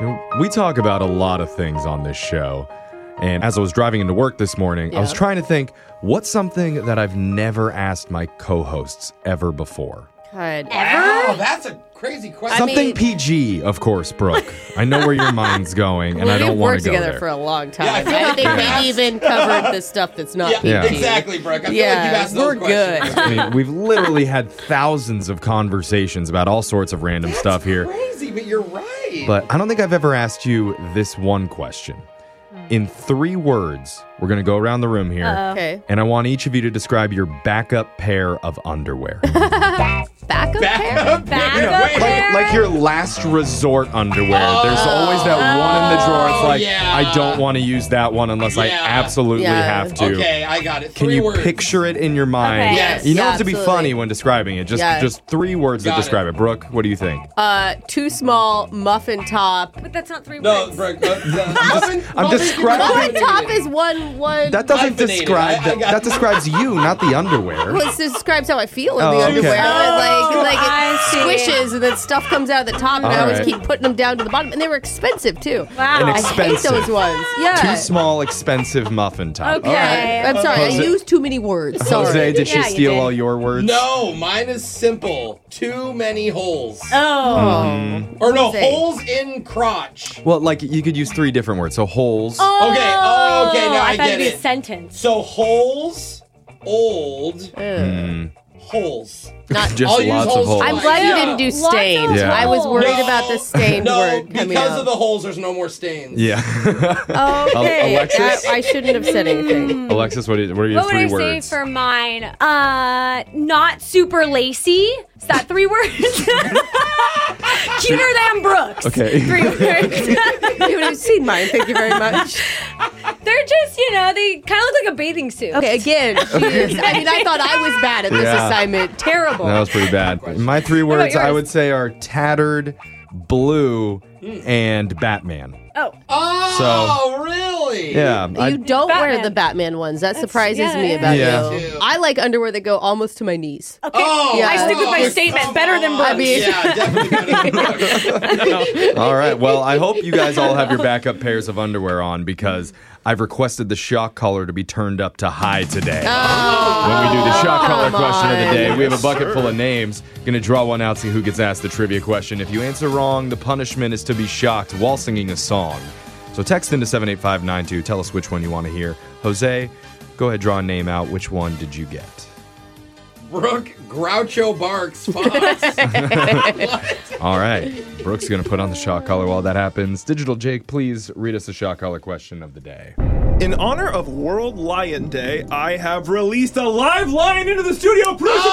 You know, We talk about a lot of things on this show. And as I was driving into work this morning, I was Yeah. trying to think what's something that I've never asked my co hosts ever before? God. Wow, that's a crazy question. Something mean- PG, of course, Brooke. I know where your mind's going, and I We've don't want worked to go together there. for a long time. Yeah, I I, feel like think we we have. even covered the stuff that's not yeah, Yeah. PG. exactly, Brooke. I feel Yeah, like you asked those we're good. questions. I mean, we've literally had thousands of conversations about all sorts of random stuff here. Crazy, but you're right. But I don't think I've ever asked you this one question. In three words, we're going to go around the room here. Okay. And I want each of you to describe your backup pair of underwear. Backup pair? Backup Backup like, pair? like your last resort underwear. There's always that one in the drawer. It's like, Oh. yeah. I don't want to use that one unless I Yeah. absolutely Yeah. have to. okay, I got it. Can Three you words. picture it in your mind? Okay. Yes. You don't Yeah, have to be absolutely. funny when describing it. Just Yeah. just three words Got that it. describe it. Brooke, what do you think? Uh, too small muffin top. But that's not three No, words. Brooke. Uh, uh, muffin? I'm oh, Muffin? describing- Muffin top is one one. That doesn't Hyphenated. describe I- I that, got- that describes you, not the underwear. Well, it describes how I feel in Oh, the okay. underwear. Oh, like, I like it see. squishes and then stuff comes out at the top, and I All always right. keep putting them down to the bottom. And they were expensive too. Wow. An I hate Expensive. those ones. Yeah. Too small, expensive muffin top. Okay. All right. Okay. I'm sorry. Jose- I used too many words. Sorry. Jose, did she Yeah, you steal did. all your words? No, mine is simple. Too many holes. Mm. Oh. or no, Jose. holes in crotch. Okay, Well, like you could use three different words. So holes. oh, okay, now I, get thought it'd be it. a sentence. so holes, old, Hmm. holes. Not- just I'll use lots of holes. holes. I'm glad you didn't do Lots of stained. Yeah. I was worried holes. about the stained No, word coming because out. of the holes, there's no more stains. yeah. okay. Alexis? Oh, I, I shouldn't have said anything. Alexis, what, is, what are your What would three I words? say for mine? Uh, not super lacy. Is that three words? Cuter than Brooks. Okay. Three words. you would have seen mine. Thank you very much. They're just, you know, they kind of look like a bathing suit. Okay, again, she is- I mean, I thought I was bad at this Yeah. assignment. Terrible. that was pretty bad. My three words I yours? would say are tattered, blue, and Batman. Oh. Oh, really? Yeah. you don't wear Batman. the Batman ones. That surprises yeah, me yeah, about yeah. you. Yeah. I like underwear that go almost to my knees. Okay. Oh, Yeah. I stick with my Brooke, statement. come Better than on. Brooks. I mean- yeah, definitely better than Brooks. All right. Well, I hope you guys all have your backup pairs of underwear on because I've requested the shock collar to be turned up to high today. when we do the shock collar Oh. come question of the on. day, we have a bucket full of names. Going to draw one out, see who gets asked the trivia question. If you answer wrong, the punishment is to be shocked while singing a song. So text into 78592. Tell us which one you want to hear. Jose, go ahead, draw a name out. Which one did you get? Brooke Groucho Barks Fox. All right. Brooke's going to put on the shock collar while that happens. Digital Jake, please read us the shock collar question of the day. In honor of World Lion Day, I have released a live lion into the studio. Producer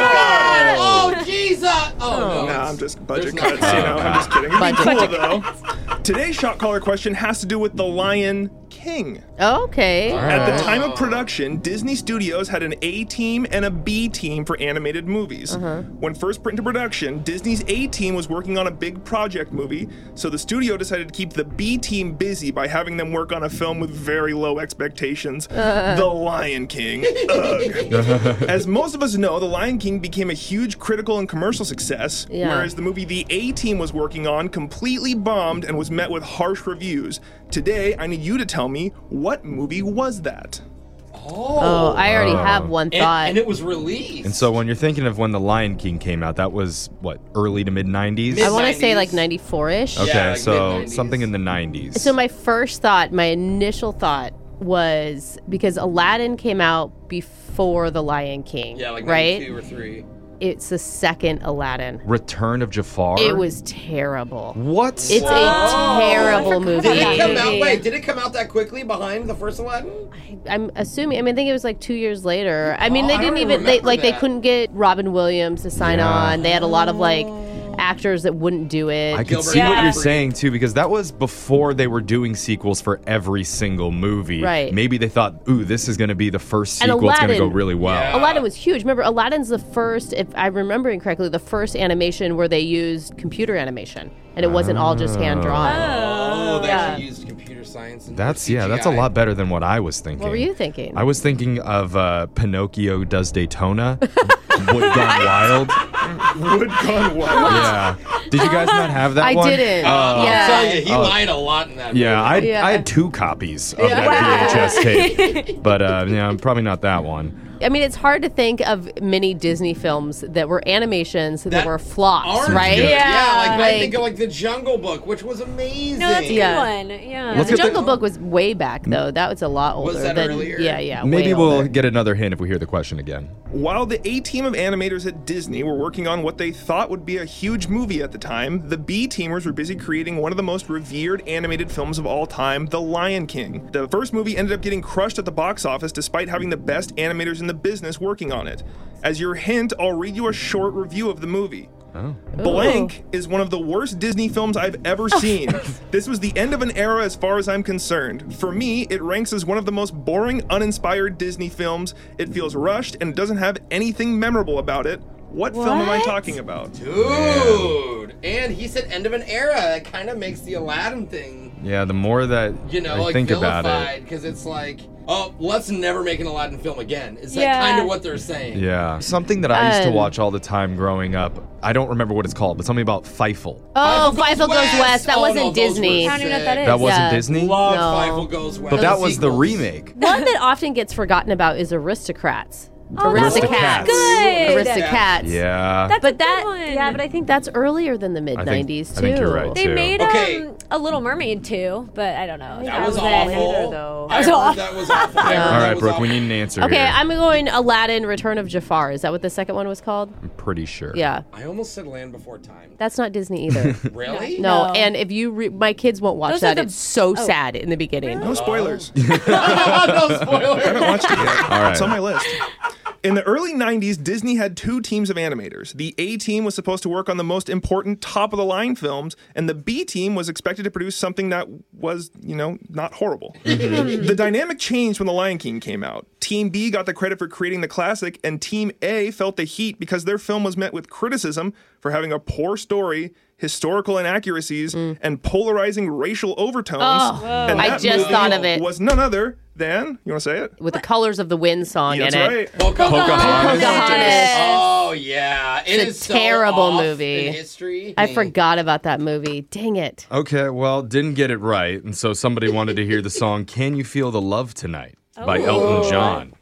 oh, God. oh, Jesus. Oh, no. No, I'm just There's budget no- cuts, you know. I'm just kidding. It'd be cool, Budget though. Today's shot caller question has to do with the Lion King. Okay. At the time of production, Disney Studios had an A team and a B team for animated movies. When first put into production, Disney's A team was working on a big project movie, so the studio decided to keep the B team busy by having them work on a film with very low expectations The Lion King. Ugh. As most of us know, The Lion King became a huge critical and commercial success, Yeah. whereas the movie The A Team was working on completely bombed and was met with harsh reviews. Today, I need you to tell me what movie was that? Oh, I already Oh. have one and, thought. and it was released. And so when you're thinking of when The Lion King came out, that was what, early to mid 90s? I want to say like 90s. 94 ish. Okay, Yeah, like so mid-nineties. something in the 90s. So my first thought, my initial thought was because Aladdin came out before The Lion King. yeah, like right? 92 or 3. It's the second Aladdin. Return of Jafar? It was terrible. What? It's Oh, a terrible movie. Did it come out? movie. Wait, did it come out that quickly behind the first Aladdin? Mm-hmm. I'm assuming. I mean, I think it was like two years later. I mean, Oh, they I didn't don't even they remember like they that. couldn't get Robin Williams to sign Yeah. on. They had a lot of like Oh. actors that wouldn't do it. I can Gilbert see what Yeah. you're Godfrey. saying too, because that was before they were doing sequels for every single movie. Right. Maybe they thought, ooh, this is going to be the first And sequel. it's going to go Aladdin. really well. Yeah. Aladdin was huge. Remember, Aladdin's the first, if I'm remembering correctly, the first animation where they used computer animation, and it wasn't all just hand drawn. Oh, they yeah. actually used computer science. And That's yeah, that's a CGI. lot better than what I was thinking. What were you thinking? I was thinking of uh, Pinocchio does Daytona, Wood Gone Wild. Wood Gone Wild. Yeah. Did you guys not have that I one? didn't. Oh. I'll yeah. tell you, he lied a lot in that Yeah, I, Yeah. I had two copies of Yeah. that VHS tape, but uh, yeah, probably not that one. I mean, it's hard to think of many Disney films that were animations that, That were flops, Aren't right? you? Yeah, like, I Like- think of like the Jungle Book, which was amazing. No, that's a good Yeah. one. Yeah. Look The at the- Jungle Book was way back though. That was a lot older. Was that than, earlier? Yeah, yeah. Maybe way we'll older. get another hint if we hear the question again. While the A team of animators at Disney were working on what they thought would be a huge movie at the time, the B teamers were busy creating one of the most revered animated films of all time, The Lion King. The first movie ended up getting crushed at the box office despite having the best animators in the business working on it. As your hint, I'll read you a short review of the movie. Oh. Blank is one of the worst Disney films I've ever seen. this was the end of an era as far as I'm concerned. For me, it ranks as one of the most boring, uninspired Disney films. It feels rushed and it doesn't have anything memorable about it. What, film am I What? talking about? Dude, and he said end of an era. That kind of makes the Aladdin thing, Yeah, the more that you know, I like think about it, vilified because it's like, oh, let's never make an Aladdin film again. Is that Yeah. kind of what they're saying? yeah, something that I used to Um, watch all the time growing up. I don't remember what it's called, but something about Feifel. Oh, Five Fievel Goes West. That Oh, wasn't no, those Disney. were I don't even know what sick. that is. That wasn't Yeah. Disney, Love No. Fievel Goes West. but that was the sequels. remake. One that often gets forgotten about is Aristocrats. Oh, that was Aristocats. Good. Aristocats. Yeah, That's a But good that, one. yeah, but I think that's earlier than the mid I think- '90s too. I think you're right. They too. made Okay. um, a Little Mermaid too, but I don't know. That was it. awful. though. I That was heard awful. That was awful. I heard All that right, was Brooke, we awful. need an answer. Okay, here. I'm going Aladdin: Return of Jafar. Is that what the second one was called? pretty sure. Yeah, I almost said Land Before Time. that's not Disney either. Really? no, No. and if you, re- my kids won't watch Those are that. the- it's so oh. sad in the beginning. No spoilers. no spoiler. haven't watched it yet. All right. It's on my list. In the early 90s, Disney had two teams of animators. The A team was supposed to work on the most important top of the line films, and the B team was expected to produce something that was, you know, not horrible. Mm-hmm. the dynamic changed when The Lion King came out. Team B got the credit for creating the classic, and Team A felt the heat because their film was met with criticism for having a poor story. Historical inaccuracies and polarizing racial overtones. and Mm. Oh. I that just movie thought of it. Was none other than you want to say it? With the Colors of the Wind song That's in it. right. Pocahontas. Pocahontas. Oh yeah, It It's a is so terrible off movie. In history, I forgot about that movie. Dang it. Okay, well, didn't get it right, and so somebody wanted to hear the song "Can You Feel the Love Tonight" by Oh. Elton John.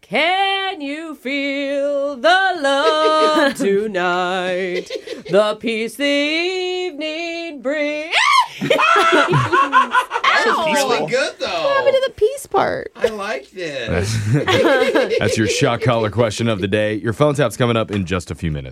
Can you feel the love tonight? the peace the evening brings. Really Peaceful. good though. to the peace part. I liked it. That's your shot collar question of the day. Your phone tap's coming up in just a few minutes.